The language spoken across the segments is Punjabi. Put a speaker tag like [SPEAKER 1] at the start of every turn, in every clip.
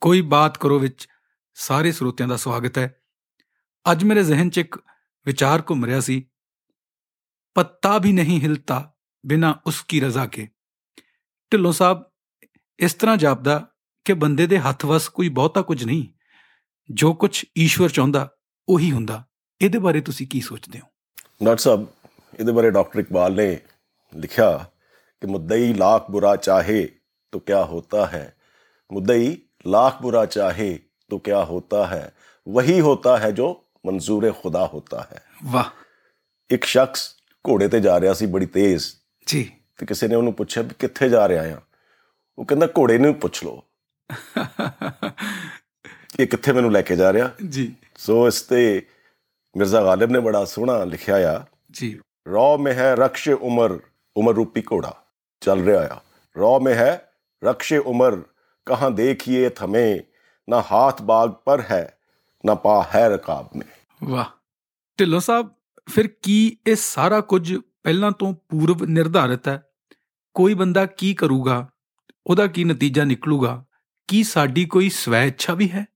[SPEAKER 1] ਕੋਈ ਬਾਤ ਕਰੋ ਵਿੱਚ ਸਾਰੇ ਸਰੋਤਿਆਂ ਦਾ ਸਵਾਗਤ ਹੈ ਅੱਜ ਮੇਰੇ ਜ਼ਿਹਨ 'ਚ ਇੱਕ ਵਿਚਾਰ ਘੁੰਮ ਰਿਹਾ ਸੀ ਪੱਤਾ ਵੀ ਨਹੀਂ ਹਿਲਤਾ ਬਿਨਾ ਉਸ ਕੀ ਰਜ਼ਾ ਕੇ ਢਿੱਲੋਂ ਸਾਹਿਬ ਇਸ ਤਰ੍ਹਾਂ ਜਾਪਦਾ ਕਿ ਬੰਦੇ ਦੇ ਹੱਥ ਵਸ ਕੋਈ ਬਹੁਤਾ ਕੁਝ ਨਹੀਂ ਜੋ ਕੁਝ ਈਸ਼ਵਰ ਚਾਹੁੰਦਾ ਉਹੀ ਹੁੰਦਾ ਇਹਦੇ ਬਾਰੇ ਤੁਸੀਂ ਕੀ ਸੋਚਦੇ ਹੋ
[SPEAKER 2] ਡਾਕਟਰ ਸਾਹਿਬ ਇਹਦੇ ਬਾਰੇ ਡਾਕਟਰ ਇਕਬਾਲ ਨੇ ਲਿਖਿਆ ਕਿ ਮੁੱਦਈ लाख बुरा चाहे तो क्या होता है मुद्दई लाख बुरा चाहे तो क्या होता है वही होता है जो मंजूर खुदा होता है
[SPEAKER 1] ਵਾਹ
[SPEAKER 2] ਇੱਕ ਸ਼ਖਸ ਘੋੜੇ ਤੇ ਜਾ ਰਿਹਾ ਸੀ ਬੜੀ ਤੇਜ਼
[SPEAKER 1] ਜੀ
[SPEAKER 2] ਤੇ ਕਿਸੇ ਨੇ ਉਹਨੂੰ ਪੁੱਛਿਆ ਵੀ ਕਿੱਥੇ ਜਾ ਰਿਹਾ ਆ ਉਹ ਕਹਿੰਦਾ ਘੋੜੇ ਨੂੰ ਪੁੱਛ ਲਓ ਕਿ ਕਿੱਥੇ ਮੈਨੂੰ ਲੈ ਕੇ ਜਾ ਰਿਹਾ
[SPEAKER 1] ਜੀ
[SPEAKER 2] ਸੋ ਇਸ ਤੇ ਮਿਰਜ਼ਾ ਗਾਲਿਬ ਨੇ ਬੜਾ ਸੋਹਣਾ ਲਿਖਿਆ ਆ
[SPEAKER 1] ਜੀ
[SPEAKER 2] रॉ में है रक्श उमर उमर रूपी घोड़ा चल रहा आया रॉ में है रक्श उमर कहाँ देखिए थमे ना हाथ बाग पर है ना पा है रकाब में
[SPEAKER 1] ਵਾਹ ਢਿੱਲੋਂ ਸਾਹਿਬ ਫਿਰ ਕੀ ਇਹ ਸਾਰਾ ਕੁਝ ਪਹਿਲਾਂ ਤੋਂ ਪੂਰਵ ਨਿਰਧਾਰਿਤ ਹੈ ਕੋਈ ਬੰਦਾ ਕੀ ਕਰੂਗਾ ਉਹਦਾ ਕੀ ਨਤੀਜਾ ਨਿਕਲੂਗਾ ਕੀ ਸਾਡੀ ਕੋਈ ਸਵੈ ਇੱਛਾ ਵੀ ਹੈ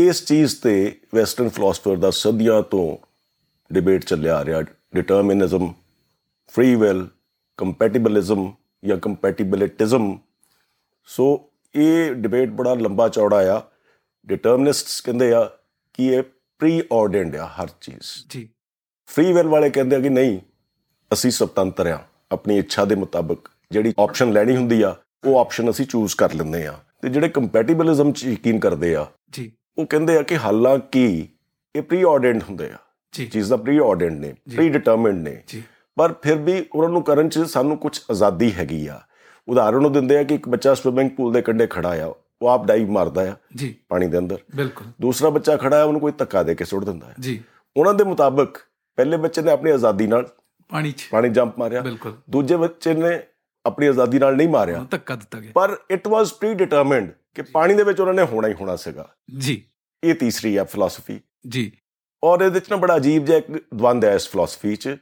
[SPEAKER 2] ਇਸ ਚੀਜ਼ ਤੇ ਵੈਸਟਰਨ ਫਿਲਾਸਫਰ ਦਾ ਸਦੀਆਂ ਤੋਂ ਡਿਬੇਟ ਚੱਲਿਆ ਆ ਰਿਹਾ ਡਿਟਰਮਿਨਿਜ਼ਮ ਫ੍ਰੀ ਵਿਲ ਕੰਪੈਟੀਬਲਿਜ਼ਮ ਜਾਂ ਕੰਪੈਟੀਬਿਲਿਟਿਜ਼ਮ ਸੋ ਇਹ ਡਿਬੇਟ ਬੜਾ ਲੰਬਾ ਚੌੜਾ ਆ ਡਿਟਰਮਿਨਿਸਟਸ ਕਹਿੰਦੇ ਆ ਕਿ ਇਹ ਪ੍ਰੀ ਆਰਡਨਡ ਆ ਹਰ ਚੀਜ਼
[SPEAKER 1] ਜੀ
[SPEAKER 2] ਫ੍ਰੀ ਵਿਲ ਵਾਲੇ ਕਹਿੰਦੇ ਆ ਕਿ ਨਹੀਂ ਅਸੀਂ ਸੁਤੰਤਰ ਆ ਆਪਣੀ ਇੱਛਾ ਦੇ ਮੁਤਾਬਕ ਜਿਹੜੀ ਆਪਸ਼ਨ ਲੈਣੀ ਹੁੰਦੀ ਆ ਉਹ ਆਪਸ਼ਨ ਅਸੀਂ ਚੂਜ਼ ਕਰ ਲੈਂਦੇ ਆ ਤੇ ਜਿਹੜੇ ਕੰਪੈਟੀਬਲਿਜ਼ਮ ਚ ਯਕੀਨ ਕਰਦੇ ਆ
[SPEAKER 1] ਜੀ
[SPEAKER 2] ਉਹ ਕਹਿੰਦੇ ਆ ਕਿ ਹਾਲਾਂਕਿ ਇਹ ਪ੍ਰੀ ਆਰਡਨਡ ਹੁੰਦੇ ਆ
[SPEAKER 1] ਜੀ
[SPEAKER 2] ਚੀਜ਼ਾਂ ਪ੍ਰੀ ਆਰਡਨਡ ਨੇ
[SPEAKER 1] ਜੀ।
[SPEAKER 2] ਪ੍ਰੀ ਡਿਟਰਮਿਨਡ ਨੇ
[SPEAKER 1] ਜੀ
[SPEAKER 2] ਪਰ ਫਿਰ ਵੀ ਉਹਨਾਂ ਨੂੰ ਕਰਨ ਚ ਸਾਨੂੰ ਕੁਝ ਆਜ਼ਾਦੀ ਹੈਗੀ ਆ ਉਦਾਹਰਣ ਉਹ ਦਿੰਦੇ ਆ ਕਿ ਇੱਕ ਬੱਚਾ ਸਵਿਮਿੰਗ ਪੂਲ ਦੇ ਕੰਢੇ ਖੜਾ ਆ ਉਹ ਆਪ ਡਾਈਵ ਮਾਰਦਾ ਆ
[SPEAKER 1] ਜੀ
[SPEAKER 2] ਪਾਣੀ ਦੇ ਅੰਦਰ
[SPEAKER 1] ਬਿਲਕੁਲ
[SPEAKER 2] ਦੂਸਰਾ ਬੱਚਾ ਖੜਾ ਆ ਉਹਨੂੰ ਕੋਈ ਧੱਕਾ ਦੇ ਕੇ ਸੁੱਟ ਦਿੰਦਾ ਆ
[SPEAKER 1] ਜੀ
[SPEAKER 2] ਉਹਨਾਂ ਦੇ ਮੁਤਾਬਕ ਪਹਿਲੇ ਬੱਚੇ ਨੇ ਆਪਣੀ ਆਜ਼ਾਦੀ ਨਾਲ
[SPEAKER 1] ਪਾਣੀ 'ਚ
[SPEAKER 2] ਪਾਣੀ ਜੰਪ ਮਾਰਿਆ
[SPEAKER 1] ਬਿਲਕੁਲ
[SPEAKER 2] ਦੂਜੇ ਬੱਚੇ ਨੇ ਆਪਣੀ ਆਜ਼ਾਦੀ ਨਾਲ ਨਹੀਂ ਮਾਰਿਆ
[SPEAKER 1] ਉਹਨੂੰ ਧੱਕਾ ਦਿੱਤਾ ਗਿਆ
[SPEAKER 2] ਪਰ ਇਟ ਵਾਸ ਪ੍ਰੀ ਡਿਟਰਮਿਨਡ ਕਿ ਪਾਣੀ ਦੇ ਵਿੱਚ ਉਹਨਾਂ ਨੇ ਹੋਣਾ ਹੀ ਹੋਣਾ ਸੀਗਾ
[SPEAKER 1] ਜੀ
[SPEAKER 2] ਇਹ ਤੀਸਰੀ ਆ ਫਿਲਾਸਫੀ
[SPEAKER 1] ਜੀ
[SPEAKER 2] ਔਰ ਇਹਦੇ ਵਿੱਚ ਨਾ ਬੜਾ ਅਜੀਬ ਜਿਹਾ ਇੱਕ ਦਵੰਦ ਹੈ ਇਸ ਫਿਲਾਸਫੀ 'ਚ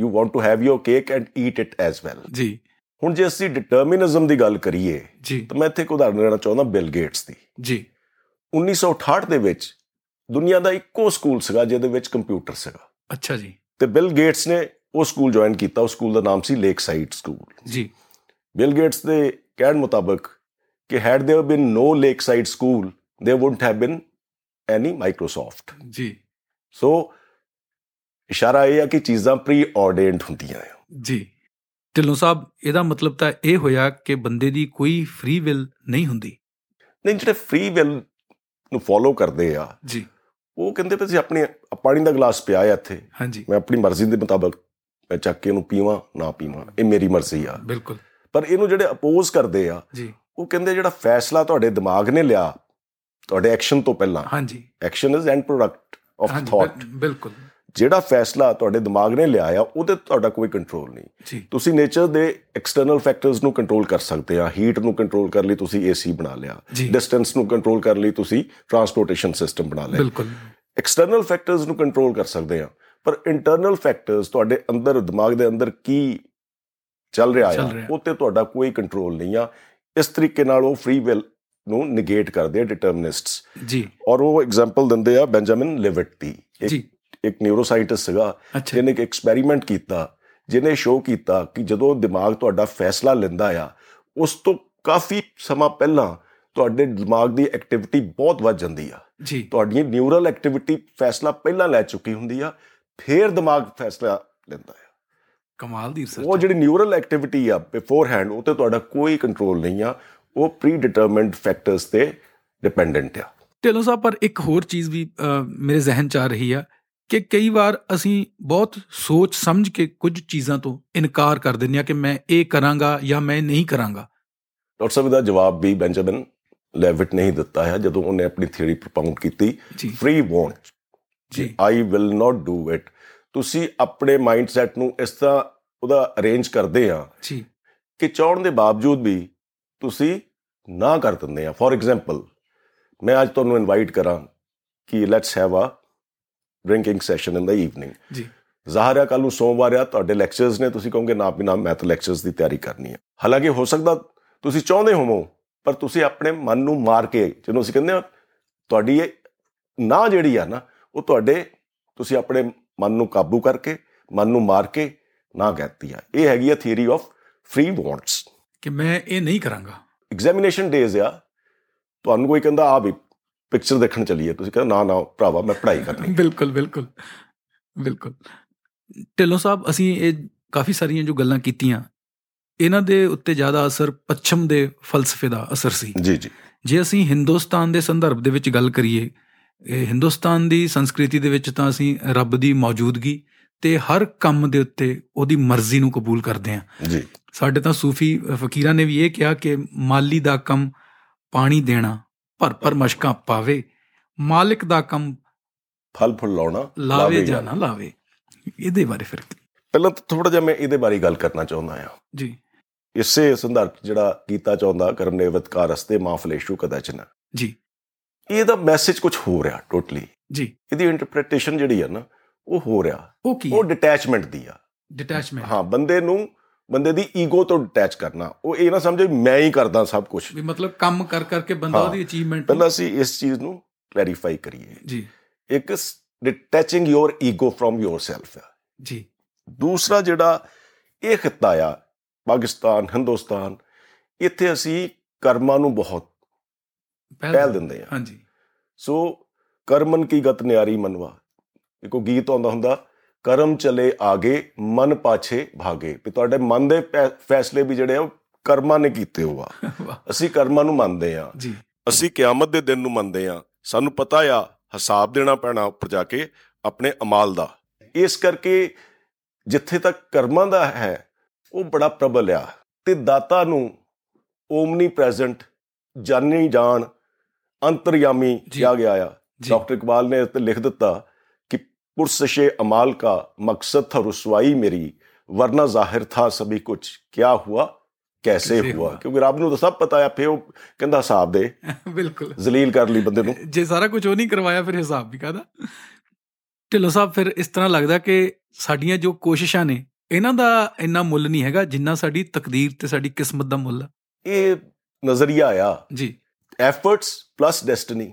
[SPEAKER 2] you want to have your cake and eat it as well
[SPEAKER 1] ਜੀ
[SPEAKER 2] ਹੁਣ ਜੇ ਅਸੀਂ ਡਿਟਰਮਿਨਿਜ਼ਮ ਦੀ ਗੱਲ ਕਰੀਏ
[SPEAKER 1] ਜੀ
[SPEAKER 2] ਤਾਂ ਮੈਂ ਇੱਥੇ ਇੱਕ ਉਦਾਹਰਣ ਲੈਣਾ ਚਾਹੁੰਦਾ ਬਿਲ ਗੇਟਸ ਦੀ
[SPEAKER 1] ਜੀ
[SPEAKER 2] 1968 ਦੇ ਵਿੱਚ ਦੁਨੀਆ ਦਾ ਇੱਕੋ ਸਕੂਲ ਸੀਗਾ ਜਿਹਦੇ ਵਿੱਚ ਕੰਪਿਊਟਰ ਸੀਗਾ
[SPEAKER 1] ਅੱਛਾ ਜੀ
[SPEAKER 2] ਤੇ ਬਿਲ ਗੇਟਸ ਨੇ ਉਹ ਸਕੂਲ ਜੁਆਇਨ ਕੀਤਾ ਉਹ ਸਕੂਲ ਦਾ ਨਾਮ ਸੀ ਲੇਕ ਸਾਈਡ ਸਕੂਲ
[SPEAKER 1] ਜੀ
[SPEAKER 2] ਬਿਲ ਗੇਟਸ ਦੇ ਕਹਿਣ ਮੁਤਾਬਕ ਕਿ had there been no lake side school there wouldn't have been any Microsoft
[SPEAKER 1] ਜੀ
[SPEAKER 2] ਸੋ ਇਸ਼ਾਰਾ ਇਹ ਆ ਕਿ ਚੀਜ਼ਾਂ ਪ੍ਰੀ ਆਰਡਨਡ ਹੁੰਦੀਆਂ ਆ
[SPEAKER 1] ਜੀ ਢਿੱਲੋਂ ਸਾਹਿਬ ਇਹਦਾ ਮਤਲਬ ਤਾਂ ਇਹ ਹੋਇਆ ਕਿ ਬੰਦੇ ਦੀ ਕੋਈ ਫ੍ਰੀ ਵਿਲ ਨਹੀਂ ਹੁੰਦੀ
[SPEAKER 2] ਨਹੀਂ ਜਿਹੜੇ ਫ੍ਰੀ ਵਿਲ ਨੂੰ ਫੋਲੋ ਕਰਦੇ ਆ
[SPEAKER 1] ਜੀ
[SPEAKER 2] ਉਹ ਕਹਿੰਦੇ ਵੀ ਅਸੀਂ ਆਪਣੇ ਪਾਣੀ ਦਾ ਗਲਾਸ ਪਿਆ ਆ ਇੱਥੇ
[SPEAKER 1] ਹਾਂਜੀ
[SPEAKER 2] ਮੈਂ ਆਪਣੀ ਮਰਜ਼ੀ ਦੇ ਮੁਤਾਬਕ ਮੈਂ ਚੱਕ ਕੇ ਇਹਨੂੰ ਪੀਵਾਂ ਨਾ ਪੀਵਾਂ ਇਹ ਮੇਰੀ ਮਰਜ਼ੀ ਆ
[SPEAKER 1] ਬਿਲਕੁਲ
[SPEAKER 2] ਪਰ ਇਹਨੂੰ ਜਿਹੜੇ ਅਪੋਜ਼ ਕਰਦੇ ਆ
[SPEAKER 1] ਜੀ
[SPEAKER 2] ਉਹ ਕਹਿੰਦੇ ਜਿਹੜਾ ਫੈਸਲਾ ਤੁਹਾਡੇ ਦਿਮਾਗ ਨੇ ਲਿਆ ਤੁਹਾਡੇ ਐਕਸ਼ਨ ਤੋਂ ਪਹਿਲਾਂ
[SPEAKER 1] ਹਾਂਜੀ
[SPEAKER 2] action is end product of
[SPEAKER 1] ਹਾਂਜੀ,
[SPEAKER 2] ਥਾਟ
[SPEAKER 1] ਬਿਲ- ਬਿਲਕੁਲ
[SPEAKER 2] ਜਿਹੜਾ ਫੈਸਲਾ ਤੁਹਾਡੇ ਦਿਮਾਗ ਨੇ ਲਿਆ ਆ ਉਹਦੇ ਤੇ ਤੁਹਾਡਾ ਕੋਈ ਕੰਟਰੋਲ ਨਹੀਂ
[SPEAKER 1] ਜੀ
[SPEAKER 2] ਤੁਸੀਂ ਨੇਚਰ ਦੇ ਐਕਸਟਰਨਲ ਫੈਕਟਰਸ ਨੂੰ ਕੰਟਰੋਲ ਕਰ ਸਕਦੇ ਆ ਹੀਟ ਨੂੰ ਕੰਟਰੋਲ ਕਰਨ ਲਈ ਤੁਸੀਂ ਏਸੀ ਬਣਾ ਲਿਆ
[SPEAKER 1] ਜੀ
[SPEAKER 2] ਡਿਸਟੈਂਸ ਨੂੰ ਕੰਟਰੋਲ ਕਰਨ ਲਈ ਤੁਸੀਂ ਟਰਾਂਸਪੋਰਟੇਸ਼ਨ ਸਿਸਟਮ ਬਣਾ ਲਿਆ
[SPEAKER 1] ਬਿਲਕੁਲ
[SPEAKER 2] ਐਕਸਟਰਨਲ ਫੈਕਟਰਸ ਨੂੰ ਕੰਟਰੋਲ ਕਰ ਸਕਦੇ ਆ ਪਰ ਇੰਟਰਨਲ ਫੈਕਟਰਸ ਤੁਹਾਡੇ ਅੰਦਰ ਦਿਮਾਗ ਦੇ ਅੰਦਰ ਕੀ ਚੱਲ ਰਿਹਾ ਆ
[SPEAKER 1] ਚੱਲ ਰਿਹਾ।
[SPEAKER 2] ਉਹ ਤੇ ਤੁਹਾਡਾ ਕੋਈ ਕੰਟਰੋਲ ਨਹੀਂ ਆ ਇਸ ਤਰੀਕੇ ਨਾਲ ਉਹ ਫ੍ਰੀ ਵਿਲ ਨੂੰ ਨਿਗੇਟ ਕਰਦੇ ਆ ਡਿਟਰਮਿਨਿਸਟਸ
[SPEAKER 1] ਜੀ
[SPEAKER 2] ਔਰ ਉਹ ਐਗਜ਼ਾਮਪਲ ਦਿੰਦੇ ਆ ਬੈਂਜਾਮਿਨ ਲਿਵਟ ਦੀ ਇੱਕ
[SPEAKER 1] ਜੀ
[SPEAKER 2] ਇੱਕ ਨਿਊਰੋਸਾਇੰਟਿਸਟ ਸੀਗਾ
[SPEAKER 1] ਅੱਛਾ
[SPEAKER 2] ਜਿਹਨੇ ਇੱਕ ਐਕਸਪੈਰੀਮੈਂਟ ਕੀਤਾ ਜਿਹਨੇ ਸ਼ੋਅ ਕੀਤਾ ਕਿ ਜਦੋਂ ਦਿਮਾਗ ਤੁਹਾਡਾ ਫੈਸਲਾ ਲੈਂਦਾ ਆ ਉਸ ਤੋਂ ਕਾਫੀ ਸਮਾਂ ਪਹਿਲਾਂ ਤੁਹਾਡੇ ਦਿਮਾਗ ਦੀ ਐਕਟੀਵਿਟੀ ਬਹੁਤ ਵੱਧ ਜਾਂਦੀ ਆ
[SPEAKER 1] ਜੀ
[SPEAKER 2] ਤੁਹਾਡੀ ਨਿਊਰਲ ਐਕਟੀਵਿਟੀ ਫੈਸਲਾ ਪਹਿਲਾਂ ਲੈ ਚੁੱਕੀ ਹੁੰਦੀ ਆ ਫਿਰ ਦਿਮਾਗ ਫੈਸਲਾ ਲੈਂਦਾ ਆ
[SPEAKER 1] ਕਮਾਲ ਦੀ
[SPEAKER 2] ਉਹ
[SPEAKER 1] ਰਿਸਰਚ
[SPEAKER 2] ਜਿਹੜੀ ਨਿਊਰਲ ਐਕਟੀਵਿਟੀ ਆ ਬਿਫੋਰ ਹੈਂਡ ਉਹ ਤੇ ਤੁਹਾਡਾ ਕੋਈ ਕੰਟਰੋਲ ਨਹੀਂ ਆ ਉਹ ਪ੍ਰੀ ਡਿਟਰਮਿਨਡ ਫੈਕਟਰਸ ਤੇ ਡਿਪੈਂਡੈਂਟ ਆ
[SPEAKER 1] ਢਿੱਲੋਂ ਸਾਹਿਬ ਪਰ ਇੱਕ ਹੋਰ ਚੀਜ਼ ਵੀ ਅ, ਮੇਰੇ ਜ਼ਿਹਨ ਚ ਆ ਰਹੀ ਆ ਕਿ ਕਈ ਵਾਰ ਅਸੀਂ ਬਹੁਤ ਸੋਚ ਸਮਝ ਕੇ ਕੁਝ ਚੀਜ਼ਾਂ ਤੋਂ ਇਨਕਾਰ ਕਰ ਦਿੰਦੇ ਆ ਕਿ ਮੈਂ ਇਹ ਕਰਾਂਗਾ ਜਾਂ ਮੈਂ ਨਹੀਂ ਕਰਾਂਗਾ
[SPEAKER 2] ਡਾਕਟਰ ਸਾਹਿਬ ਦਾ ਜਵਾਬ ਵੀ ਬੈਂਜਾਮਿਨ ਲੈਵਿਟ ਨੇ ਹੀ ਦਿੱਤਾ ਹੈ ਜਦੋਂ ਉਹਨੇ ਆਪਣੀ ਥਿਊਰੀ ਪ੍ਰਪਾਉਂਡ ਕੀਤੀ
[SPEAKER 1] ਜੀ
[SPEAKER 2] ਫ੍ਰੀ ਵਾਂਟ
[SPEAKER 1] ਜੀ
[SPEAKER 2] I will not do it ਤੁਸੀਂ ਆਪਣੇ ਮਾਈਂਡਸੈਟ ਨੂੰ ਇਸ ਤਰ੍ਹਾਂ ਉਹਦਾ ਅਰੇਂਜ ਕਰਦੇ ਆ
[SPEAKER 1] ਜੀ
[SPEAKER 2] ਕਿ ਚਾਹੁਣ ਦੇ ਬਾਵਜੂਦ ਵੀ ਤੁਸੀਂ ਨਾ ਕਰ ਦਿੰਦੇ ਆ ਫੋਰ ਐਗਜ਼ਾਮਪਲ ਮੈਂ ਅੱਜ ਤੁਹਾਨੂੰ ਇਨਵਾਈਟ ਕਰਾਂ ਕਿ let's have a drinking session in the evening
[SPEAKER 1] ਜੀ।
[SPEAKER 2] ਜ਼ਾਹਰ ਹੈ ਕੱਲ ਨੂੰ ਸੋਮਵਾਰ ਆ ਤੁਹਾਡੇ ਲੈਕਚਰਸ ਨੇ ਤੁਸੀਂ ਕਹੋਗੇ ਨਾ ਵੀ ਨਾ ਮੈਂ ਤਾਂ ਲੈਕਚਰਸ ਦੀ ਤਿਆਰੀ ਕਰਨੀ ਹੈ ਹਾਲਾਂਕਿ ਹੋ ਸਕਦਾ ਤੁਸੀਂ ਚਾਹੁੰਦੇ ਹੋਵੋ ਪਰ ਤੁਸੀਂ ਆਪਣੇ ਮਨ ਨੂੰ ਮਾਰ ਕੇ ਜਿਹਨੂੰ ਅਸੀਂ ਕਹਿੰਦੇ ਆ ਤੁਹਾਡੀ ਇਹ ਨਾ ਜਿਹੜੀ ਆ ਨਾ ਉਹ ਤੁਹਾਡੇ ਤੁਸੀਂ ਆਪਣੇ ਮਨ ਨੂੰ ਕਾਬੂ ਕਰਕੇ ਮਨ ਨੂੰ ਮਾਰ ਕੇ ਨਾ ਕਹਿਤੀ ਆ ਇਹ ਹੈਗੀ ਆ ਥਿਊਰੀ ਆਫ ਫ੍ਰੀ ਵਾਂਟਸ
[SPEAKER 1] ਕਿ ਮੈਂ ਇਹ ਨਹੀਂ ਕਰਾਂਗਾ
[SPEAKER 2] ਐਗਜ਼ਾਮੀਨੇਸ਼ਨ ਡੇਜ਼ ਆ ਤੁਹਾਨੂੰ ਕੋਈ ਕਹਿੰਦਾ ਆ ਵੀ ਪਿਕਚਰ ਦੇਖਣ ਚੱਲੀਏ ਤੁਸੀਂ ਕਹਿੰਦਾ ਨਾ ਨਾ ਭਰਾਵਾ ਮੈਂ ਪੜ੍ਹਾਈ ਕਰਨੀ
[SPEAKER 1] ਬਿਲਕੁਲ ਬਿਲਕੁਲ ਬਿਲਕੁਲ ਢਿੱਲੋਂ ਸਾਹਿਬ ਅਸੀਂ ਇਹ ਕਾਫੀ ਸਾਰੀਆਂ ਜੋ ਗੱਲਾਂ ਕੀਤੀਆਂ ਇਹਨਾਂ ਦੇ ਉੱਤੇ ਜ਼ਿਆਦਾ ਅਸਰ ਪੱਛਮ ਦੇ ਫਲਸਫੇ ਦਾ ਅਸਰ ਸੀ
[SPEAKER 2] ਜੀ ਜੀ
[SPEAKER 1] ਜੇ ਅਸੀਂ ਹਿੰਦੁਸਤਾਨ ਦੇ ਸੰਦਰਭ ਦੇ ਵਿੱਚ ਗੱਲ ਕਰੀਏ ਇਹ ਹਿੰਦੁਸਤਾਨ ਦੀ ਸੰਸਕ੍ਰਿਤੀ ਦੇ ਵਿੱਚ ਤਾਂ ਅਸੀਂ ਰੱਬ ਦੀ ਮੌਜੂਦਗੀ ਤੇ ਹਰ ਕੰਮ ਦੇ ਉੱਤੇ ਉਹਦੀ ਮਰਜ਼ੀ ਨੂੰ ਕਬੂਲ ਕਰਦੇ ਹਾਂ
[SPEAKER 2] ਜੀ
[SPEAKER 1] ਸਾਡੇ ਤਾਂ ਸੂਫੀ ਅ, ਫਕੀਰਾਂ ਨੇ ਵੀ ਇਹ ਕਿਹਾ ਕਿ ਮਾਲੀ ਦਾ ਕੰਮ ਪਾਣੀ ਦੇਣਾ ਭਰ ਭਰ ਮਸ਼ਕਾਂ ਪਾਵੇ ਮਾਲਿਕ ਦਾ ਕੰਮ
[SPEAKER 2] ਫਲ ਫੁੱਲ ਲਾਉਣਾ
[SPEAKER 1] ਲਾਵੇ ਜਾਂ ਨਾ ਲਾਵੇ ਇਹਦੇ ਬਾਰੇ ਫਿਰ ਕੀ?
[SPEAKER 2] ਪਹਿਲਾਂ ਤਾਂ ਥੋੜਾ ਜਿਹਾ ਮੈਂ ਇਹਦੇ ਬਾਰੇ ਗੱਲ ਕਰਨਾ ਚਾਹੁੰਦਾ ਆ
[SPEAKER 1] ਜੀ
[SPEAKER 2] ਇਸੇ ਸੰਦਰਭ 'ਚ ਜਿਹੜਾ ਕੀਤਾ ਚਾਹੁੰਦਾ ਕਰਮ ਨੇਵਤਕਾਰ ਰਸਤੇ ਮਾਫਲੇਸ਼ੂ ਕਦਾਚਨ
[SPEAKER 1] ਜੀ
[SPEAKER 2] ਇਹਦਾ ਮੈਸੇਜ ਕੁਝ ਹੋ ਰਿਹਾ ਟੋਟਲੀ
[SPEAKER 1] ਜੀ
[SPEAKER 2] ਇਹਦੀ ਇੰਟਰਪ੍ਰੀਟੇਸ਼ਨ ਜਿਹੜੀ ਆ ਨਾ ਉਹ ਹੋ ਰਿਹਾ
[SPEAKER 1] ਉਹ ਕੀ
[SPEAKER 2] ਉਹ ਡਿਟੈਚਮੈਂਟ ਦੀ ਆ
[SPEAKER 1] ਡਿਟੈਚਮੈਂਟ
[SPEAKER 2] ਹਾਂ ਬੰਦੇ ਨੂੰ ਬੰਦੇ ਦੀ ਈਗੋ ਤੋਂ ਡਿਟੈਚ ਕਰਨਾ ਉਹ ਇਹ ਨਾ ਸਮਝੇ ਮੈਂ ਹੀ ਕਰਦਾ ਸਭ ਕੁਝ
[SPEAKER 1] ਵੀ ਮਤਲਬ ਕੰਮ ਕਰ ਕਰਕੇ ਬੰਦਾ
[SPEAKER 2] ਹਾਂ।
[SPEAKER 1] ਉਹਦੀ ਅਚੀਵਮੈਂਟ
[SPEAKER 2] ਪਹਿਲਾਂ ਅਸੀਂ ਇਸ ਚੀਜ਼ ਨੂੰ ਕਲੈਰੀਫਾਈ ਕਰੀਏ
[SPEAKER 1] ਜੀ
[SPEAKER 2] ਇੱਕ detaching your ego from yourself ਆ
[SPEAKER 1] ਜੀ
[SPEAKER 2] ਦੂਸਰਾ ਜਿਹੜਾ ਇਹ ਖਿੱਤਾ ਆ ਪਾਕਿਸਤਾਨ ਹਿੰਦੁਸਤਾਨ ਇੱਥੇ ਅਸੀਂ ਕਰਮਾਂ ਨੂੰ ਬਹੁਤ ਪਹਿਲ ਦਿੰਦੇ ਆ
[SPEAKER 1] ਹਾਂਜੀ
[SPEAKER 2] ਸੋ ਕਰਮਨ ਕੀ ਗਤ ਨਿਆਰੀ ਮਨਵਾ ਦੇਖੋ ਗੀਤ ਆਉਂਦਾ ਹੁੰਦਾ ਕਰਮ ਚਲੇ ਆਗੇ ਮਨ ਪਾਛੇ ਭਾਗੇ ਵੀ ਤੁਹਾਡੇ ਮਨ ਦੇ ਪੈ- ਫੈਸਲੇ ਵੀ ਜਿਹੜੇ ਆ ਉਹ ਕਰਮਾਂ ਨੇ ਕੀਤੇ ਹੋਆ
[SPEAKER 1] ਵਾਹ
[SPEAKER 2] ਅਸੀਂ ਕਰਮਾਂ ਨੂੰ ਮੰਨਦੇ ਆ
[SPEAKER 1] ਜੀ
[SPEAKER 2] ਅਸੀਂ ਕਿਆਮਤ ਦੇ ਦਿਨ ਨੂੰ ਮੰਨਦੇ ਆ ਸਾਨੂੰ ਪਤਾ ਆ ਹਿਸਾਬ ਦੇਣਾ ਪੈਣਾ ਉੱਪਰ ਜਾ ਕੇ ਆਪਣੇ ਅਮਾਲ ਦਾ ਇਸ ਕਰਕੇ ਜਿੱਥੇ ਤੱਕ ਕਰਮਾਂ ਦਾ ਹੈ ਉਹ ਬੜਾ ਪ੍ਰਬਲ ਆ ਤੇ ਦਾਤਾ ਨੂੰ ਓਮਨੀ ਪ੍ਰੈਜ਼ੈਂਟ ਜਾਣੀ ਜਾਣ ਅੰਤਰਯਾਮੀ
[SPEAKER 1] ਜੀ।
[SPEAKER 2] ਕਿਹਾ ਗਿਆ ਆ
[SPEAKER 1] ਜੀ
[SPEAKER 2] ਡਾਕਟਰ ਇਕਬਾਲ ਨੇ ਇਸ ਤੇ ਲਿਖ ਦਿੱਤਾ ਕਿ ਪੁਰਸਸ਼ੇ ਅਮਾਲ ਕਾ ਮਕਸਦ ਥਾ ਰਸਵਾਈ ਮੇਰੀ ਵਰਨਾ ਜ਼ਾਹਿਰ ਥਾ ਸਭੀ ਕੁਝ ਕਿਆ ਹੁਆ ਕੈਸੇ
[SPEAKER 1] कैसे
[SPEAKER 2] ਹੁਆ
[SPEAKER 1] हुआ?
[SPEAKER 2] ਕਿਉਂਕਿ ਰੱਬ ਨੂੰ ਤਾਂ ਸਭ ਪਤਾ ਆ ਫੇ ਉਹ ਕਹਿੰਦਾ ਹਿਸਾਬ ਦੇ
[SPEAKER 1] ਬਿਲਕੁਲ
[SPEAKER 2] ਜ਼ਲੀਲ ਕਰ ਲਈ ਬੰਦੇ ਨੂੰ
[SPEAKER 1] ਜੇ ਸਾਰਾ ਕੁਝ ਉਹ ਨਹੀਂ ਕਰਵਾਇਆ ਫਿਰ ਹਿਸਾਬ ਵੀ ਕਾਹਦਾ ਢਿੱਲੋਂ ਸਾਹਿਬ ਫਿਰ ਇਸ ਤਰ੍ਹਾਂ ਲੱਗਦਾ ਕਿ ਸਾਡੀਆਂ ਜੋ ਕੋਸ਼ਿਸ਼ਾਂ ਨੇ ਇਹਨਾਂ ਦਾ ਇੰਨਾ ਮੁੱਲ ਨਹੀਂ ਹੈਗਾ ਜਿੰਨਾ ਸਾਡੀ ਤਕਦੀਰ ਤੇ ਸਾਡੀ ਕਿਸਮਤ ਦਾ ਮੁੱਲ ਆ।
[SPEAKER 2] ਇਹ ਨਜ਼ਰੀਆ ਆ
[SPEAKER 1] ਜੀ
[SPEAKER 2] ਐਫਰਟਸ ਪਲੱਸ ਡੈਸਟੀਨੀ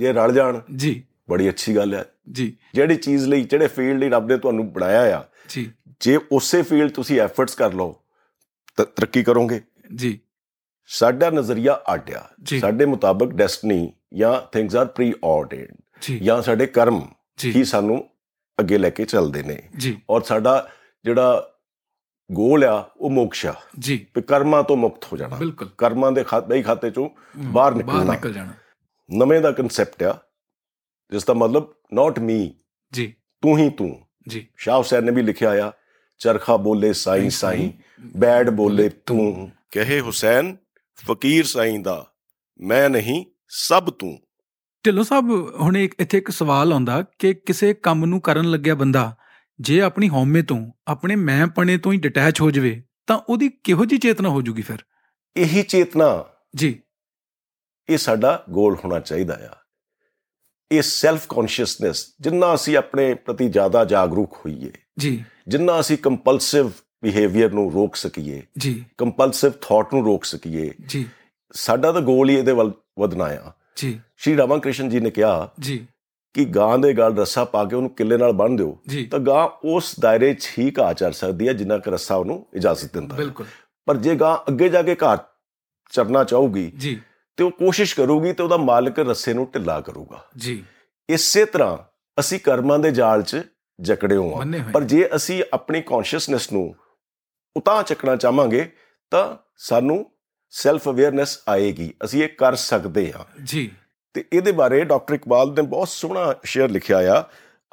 [SPEAKER 2] ਜੇ ਰਲ ਜਾਣ
[SPEAKER 1] ਜੀ
[SPEAKER 2] ਬੜੀ ਅੱਛੀ ਗੱਲ ਹੈ
[SPEAKER 1] ਜੀ
[SPEAKER 2] ਜਿਹੜੀ ਚੀਜ਼ ਲਈ ਜਿਹੜੇ ਫੀਲਡ ਲਈ ਰੱਬ ਨੇ ਤੁਹਾਨੂੰ ਬਣਾਇਆ ਆ
[SPEAKER 1] ਜੀ
[SPEAKER 2] ਜੇ ਉਸੇ ਫੀਲਡ ਤੁਸੀਂ ਐਫਰਟਸ ਕਰ ਲਓ ਤਾਂ ਤਰੱਕੀ ਕਰੋਗੇ
[SPEAKER 1] ਜੀ
[SPEAKER 2] ਸਾਡਾ ਨਜ਼ਰੀਆ ਆਟਿਆ
[SPEAKER 1] ਜੀ
[SPEAKER 2] ਸਾਡੇ ਮੁਤਾਬਕ ਡੈਸਟੀਨੀ ਜਾਂ ਥਿੰਗਸ ਆਰ ਪ੍ਰੀ ਆਰਡਰਡ
[SPEAKER 1] ਜੀ
[SPEAKER 2] ਜਾਂ ਸਾਡੇ ਕਰਮ
[SPEAKER 1] ਜੀ
[SPEAKER 2] ਹੀ ਸਾਨੂੰ ਅੱਗੇ ਲੈ ਕੇ ਚੱਲਦੇ ਨੇ
[SPEAKER 1] ਜੀ
[SPEAKER 2] ਔਰ ਸਾਡਾ ਜਿਹੜਾ ਗੋਲ ਆ ਉਹ ਮੋਕਸ਼ ਆ
[SPEAKER 1] ਜੀ
[SPEAKER 2] ਵੀ ਕਰਮਾਂ ਤੋਂ ਮੁਕਤ ਹੋ ਜਾਣਾ
[SPEAKER 1] ਬਿਲਕੁਲ
[SPEAKER 2] ਕਰਮਾਂ ਦੇ ਖਾਤੇ ਹੀ ਖਾਤੇ ਚੋਂ
[SPEAKER 1] ਹਮ,
[SPEAKER 2] ਬਾਹਰ ਨਿਕਲਣਾ।
[SPEAKER 1] ਨਿਕਲ ਜਾਣਾ
[SPEAKER 2] ਨਵੇਂ ਦਾ ਕਨਸੈਪਟ ਆ ਜਿਸ ਦਾ ਮਤਲਬ ਨਾਟ ਮੀ
[SPEAKER 1] ਜੀ
[SPEAKER 2] ਤੂੰ ਹੀ ਤੂੰ
[SPEAKER 1] ਜੀ
[SPEAKER 2] ਸ਼ਾਹ ਹੁਸੈਨ ਨੇ ਵੀ ਲਿਖਿਆ ਆ ਚਰਖਾ ਬੋਲੇ ਸਾਈਂ ਸਾਈਂ ਬੈਡ ਬੋਲੇ ਤੂੰ ਕਹੇ ਹੁਸੈਨ ਫਕੀਰ ਸਾਈਂ ਦਾ ਮੈਂ ਨਹੀਂ ਸਭ ਤੂੰ
[SPEAKER 1] ਢਿੱਲੋਂ ਸਾਹਿਬ ਹੁਣ ਇੱਕ ਇੱਥੇ ਇੱਕ ਸਵਾਲ ਆਉਂਦਾ ਕਿ ਕਿਸੇ ਕੰਮ ਨੂੰ ਕਰਨ ਲੱਗਿਆ ਬੰਦਾ ਜੇ ਆਪਣੀ ਹਉਮੈ ਤੋਂ ਆਪਣੇ ਮੈਂਪਣੇ ਤੋਂ ਹੀ ਡਿਟੈਚ ਹੋ ਜਾਵੇ ਤਾਂ ਉਹਦੀ ਕਿਹੋ ਜੀ ਚੇਤਨਾ ਹੋ ਜੂਗੀ ਫਿਰ
[SPEAKER 2] ਇਹੀ ਚੇਤਨਾ
[SPEAKER 1] ਜੀ
[SPEAKER 2] ਇਹ ਸਾਡਾ ਗੋਲ ਹੋਣਾ ਚਾਹੀਦਾ ਆ ਇਹ ਸੈਲਫ ਕੌਨਸ਼ੀਅਸਨੈਸ ਜਿੰਨਾ ਅਸੀਂ ਆਪਣੇ ਪ੍ਰਤੀ ਜ਼ਿਆਦਾ ਜਾਗਰੂਕ ਹੋਈਏ
[SPEAKER 1] ਜੀ
[SPEAKER 2] ਜਿੰਨਾ ਅਸੀਂ ਕੰਪਲਸਿਵ ਬਿਹੇਵੀਅਰ ਨੂੰ ਰੋਕ ਸਕੀਏ
[SPEAKER 1] ਜੀ
[SPEAKER 2] ਕੰਪਲਸਿਵ ਥਾਟ ਨੂੰ ਰੋਕ ਸਕੀਏ
[SPEAKER 1] ਜੀ
[SPEAKER 2] ਸਾਡਾ ਤਾਂ ਗੋਲ ਹੀ ਇਹਦੇ ਵੱਲ ਵਧਣਾ ਆ
[SPEAKER 1] ਜੀ
[SPEAKER 2] ਸ਼੍ਰੀ ਰਾਮਾਕ੍ਰਿਸ਼ਨ ਜੀ ਨੇ ਕਿਹਾ
[SPEAKER 1] ਜੀ
[SPEAKER 2] ਕਿ ਗਾਂ ਦੇ ਗਲ ਰੱਸਾ ਪਾ ਕੇ ਉਹਨੂੰ ਕਿੱਲੇ ਨਾਲ ਬੰਨ੍ਹ ਦਿਓ
[SPEAKER 1] ਜੀ
[SPEAKER 2] ਤਾਂ ਗਾਂ ਉਸ ਦਾਇਰੇ 'ਚ ਹੀ ਘਾਹ ਚਰ ਸਕਦੀ ਹੈ ਜਿੰਨਾ ਕਿ ਰੱਸਾ ਉਹਨੂੰ ਇਜਾਜ਼ਤ ਦਿੰਦਾ ਹੈ।
[SPEAKER 1] ਬਿਲਕੁਲ
[SPEAKER 2] ਪਰ ਜੇ ਗਾਂ ਅੱਗੇ ਜਾ ਕੇ ਘਾਹ ਚਰਨਾ ਚਾਹੂਗੀ
[SPEAKER 1] ਜੀ
[SPEAKER 2] ਤੇ ਉਹ ਕੋਸ਼ਿਸ਼ ਕਰੂਗੀ ਤੇ ਉਹਦਾ ਮਾਲਕ ਰੱਸੇ ਨੂੰ ਢਿੱਲਾ ਕਰੂਗਾ
[SPEAKER 1] ਜੀ
[SPEAKER 2] ਇਸੇ ਤਰ੍ਹਾਂ ਅਸੀਂ ਕਰਮਾਂ ਦੇ ਜਾਲ 'ਚ ਜਕੜੇ ਹੋਵਾਂ
[SPEAKER 1] ਮੰਨੇ ਹੋਏ
[SPEAKER 2] ਪਰ ਜੇ ਅਸੀਂ ਆਪਣੀ ਕੌਨਸ਼ੀਅਸਨੈਸ ਨੂੰ ਉਤਾਂ ਚੱਕਣਾ ਚਾਹਾਂਗੇ ਤਾਂ ਸਾਨੂੰ ਸੈਲਫ ਅਵੇਅਰਨੈਸ ਆਏਗੀ ਅਸੀਂ ਇਹ ਕਰ ਸਕਦੇ ਹਾਂ
[SPEAKER 1] ਜੀ
[SPEAKER 2] ਤੇ ਇਹਦੇ ਬਾਰੇ ਡਾਕਟਰ ਇਕਬਾਲ ਨੇ ਬਹੁਤ ਸੋਹਣਾ ਸ਼ੇਅਰ ਲਿਖਿਆ ਆ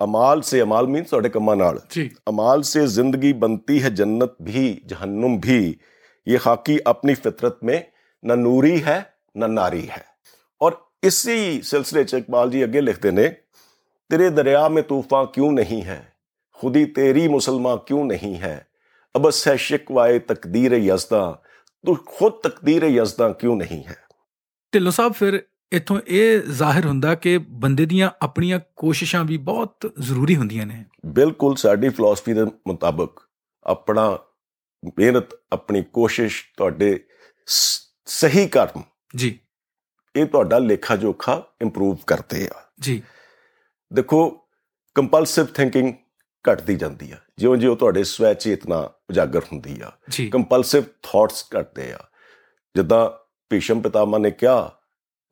[SPEAKER 2] ਅਮਾਲ ਸੇ ਅਮਾਲ ਮੀਨ ਤੁਹਾਡੇ ਕੰਮਾਂ ਨਾਲ
[SPEAKER 1] ਜੀ
[SPEAKER 2] अमाल से जिंदगी बनती है जन्नत भी जहन्नुम भी ये खाकी अपनी फितरत में न नूरी है न नारी है और इसी सिलसिले च इकबाल जी अगे लिखते ने तेरे दरिया में तूफान क्यों नहीं है खुदी तेरी मुसलमान क्यों नहीं है अबस है शिकवाए तकदीर यजदा तू खुद तकदीर यजदा क्यों नहीं है
[SPEAKER 1] ਢਿੱਲੋਂ ਸਾਹਿਬ ਫਿਰ ਇੱਥੋਂ ਇਹ ਜ਼ਾਹਿਰ ਹੁੰਦਾ ਕਿ ਬੰਦੇ ਦੀਆਂ ਆਪਣੀਆਂ ਕੋਸ਼ਿਸ਼ਾਂ ਵੀ ਬਹੁਤ ਜ਼ਰੂਰੀ ਹੁੰਦੀਆਂ ਨੇ
[SPEAKER 2] ਬਿਲਕੁਲ ਸਾਡੀ ਫਿਲਾਸਫੀ ਦੇ ਮੁਤਾਬਕ ਆਪਣਾ ਮਿਹਨਤ ਆਪਣੀ ਕੋਸ਼ਿਸ਼ ਤੁਹਾਡੇ ਸ- ਸਹੀ ਕਰਮ
[SPEAKER 1] ਜੀ
[SPEAKER 2] ਇਹ ਤੁਹਾਡਾ ਲੇਖਾ ਜੋਖਾ ਇੰਪਰੂਵ ਕਰਦੇ ਆ
[SPEAKER 1] ਜੀ
[SPEAKER 2] ਦੇਖੋ ਕੰਪਲਸਿਵ ਥਿੰਕਿੰਗ ਘਟਦੀ ਜਾਂਦੀ ਆ ਜਿਉਂ-ਜਿਉਂ ਤੁਹਾਡੇ ਸਵੈ ਚੇਤਨਾ ਉਜਾਗਰ ਹੁੰਦੀ ਆ
[SPEAKER 1] ਜੀ
[SPEAKER 2] ਕੰਪਲਸਿਵ ਥਾਟਸ ਘਟਦੇ ਆ ਜਿੱਦਾਂ ਭੀਸ਼ਮ ਪਿਤਾਮਾ ਨੇ ਕਿਹਾ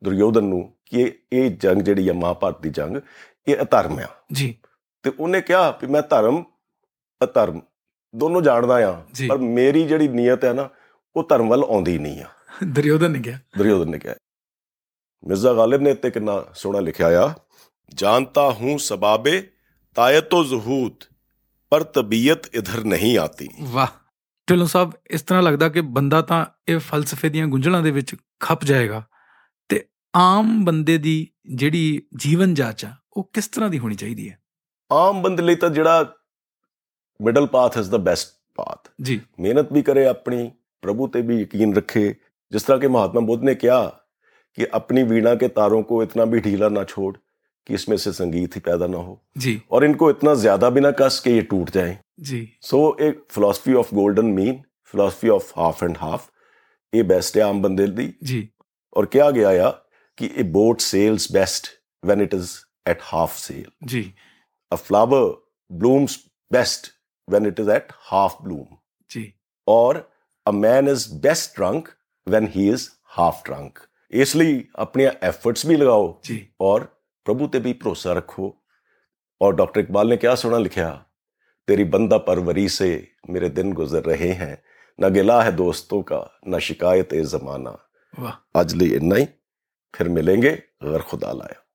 [SPEAKER 2] ਦੁਰਯੋਧਨ ਨੂੰ ਕਿ ਇਹ- ਇਹ ਜੰਗ ਜਿਹੜੀ ਆ ਮਹਾਭਾਰਤ ਦੀ ਜੰਗ ਇਹ ਅਧਰਮ ਆ
[SPEAKER 1] ਜੀ
[SPEAKER 2] ਤੇ ਉਹਨੇ ਕਿਹਾ ਵੀ ਮੈਂ ਧਰਮ ਅਧਰਮ ਦੋਨੋਂ ਜਾਣਦਾ ਆ
[SPEAKER 1] ਜੀ।
[SPEAKER 2] ਪਰ ਮੇਰੀ ਜਿਹੜੀ ਨੀਅਤ ਹੈ ਨਾ ਉਹ ਧਰਮ ਵੱਲ ਆਉਂਦੀ ਨਹੀਂ ਆ
[SPEAKER 1] ਦੁਰਯੋਧਨ ਨੇ ਕਿਹਾ
[SPEAKER 2] ਦੁਰਯੋਧਨ ਨੇ ਕਿਹਾ ਮਿਰਜ਼ਾ ਗਾਲਿਬ ਨੇ ਇੱਥੇ ਕਿੰਨਾ ਸੋਹਣਾ ਲਿਖਿਆ ਆ ਜਾਣਤਾ ਹੂੰ ਸਬਾਬੇ ਤਾਇਤੋ ਜ਼ਹੂਦ ਪਰ ਤਬੀਅਤ ਇਧਰ ਨਹੀਂ ਆਤੀ
[SPEAKER 1] ਵਾਹ ਢਿੱਲੋਂ ਸਾਹਿਬ ਇਸ ਤਰ੍ਹਾਂ ਲੱਗਦਾ ਕਿ ਬੰਦਾ ਤਾਂ ਇਹ ਫਲਸਫੇ ਦੀਆਂ ਗੁੰਝਲਾਂ ਦੇ ਵਿੱਚ ਖੱਪ ਜਾਏਗਾ ਤੇ ਆਮ ਬੰਦੇ ਦੀ ਜਿਹੜੀ ਜੀਵਨ ਜਾਚ ਆ ਉਹ ਕਿਸ ਤਰ੍ਹਾਂ ਦੀ ਹੋਣੀ ਚਾਹੀਦੀ ਹੈ
[SPEAKER 2] ਆਮ ਬੰਦੇ ਲਈ ਤਾਂ ਜਿਹੜਾ middle path is the best path
[SPEAKER 1] ਜੀ
[SPEAKER 2] ਮਿਹਨਤ ਵੀ ਕਰੇ ਆਪਣੀ ਪ੍ਰਭੂ ਤੇ ਵੀ ਯਕੀਨ ਰੱਖੇ ਜਿਸ ਤਰ੍ਹਾਂ ਕਿ ਮਹਾਤਮਾ ਬੁੱਧ ਨੇ ਕਿਹਾ ਕਿ ਆਪਣੀ ਵੀਣਾ ਕੇ ਤਾਰੋਂ ਕੋ ਇਤਨਾ ਵੀ ਢੀਲਾ ਨਾ ਛੋੜ कि इसमें से संगीत ही पैदा ना हो
[SPEAKER 1] ਜੀ
[SPEAKER 2] और इनको इतना ज्यादा भी ना कस के ये टूट जाएं
[SPEAKER 1] ਜੀ
[SPEAKER 2] ਸੋ ਇਹ philosophy of golden mean philosophy of half and half ਇਹ ਬੈਸਟ ਹੈ ਆਮ ਬੰਦੇ ਲਈ
[SPEAKER 1] ਜੀ
[SPEAKER 2] ਔਰ ਕਿਹਾ ਗਿਆ ਆ ਕਿ ਇਹ boat sails best when it is at half sail
[SPEAKER 1] ਜੀ
[SPEAKER 2] a flower blooms best when it is at half bloom
[SPEAKER 1] ਜੀ
[SPEAKER 2] ਔਰ a man is best drunk when he is half drunk ਇਸ ਲਈ ਆਪਣੀਆਂ ਐਫਰਟਸ ਵੀ ਲਗਾਓ
[SPEAKER 1] ਜੀ
[SPEAKER 2] ਔਰ ਪ੍ਰਭੂ ਤੇ ਵੀ ਭਰੋਸਾ ਰੱਖੋ ਔਰ ਡਾਕਟਰ ਇਕਬਾਲ ਨੇ ਕਿਹਾ ਸੋਹਣਾ ਲਿਖਿਆ ਤੇਰੀ ਬੰਦਾ ਪਰਵਰੀ ਸੇ ਮੇਰੇ ਦਿਨ ਗੁਜ਼ਰ ਰਹੇ ਹੈ ਨਾ ਗਿਲਾ ਹੈ ਦੋਸਤੋਂ ਕਾ ਨਾ ਸ਼ਿਕਾਇਤ ਹੈ ਜ਼ਮਾਨਾ
[SPEAKER 1] ਵਾਹ
[SPEAKER 2] ਅੱਜ ਲਈ ਇੰਨਾ ਹੀ ਫਿਰ ਮਿਲेंगे ਅਗਰ ਖੁਦਾ ਲਾਇਆ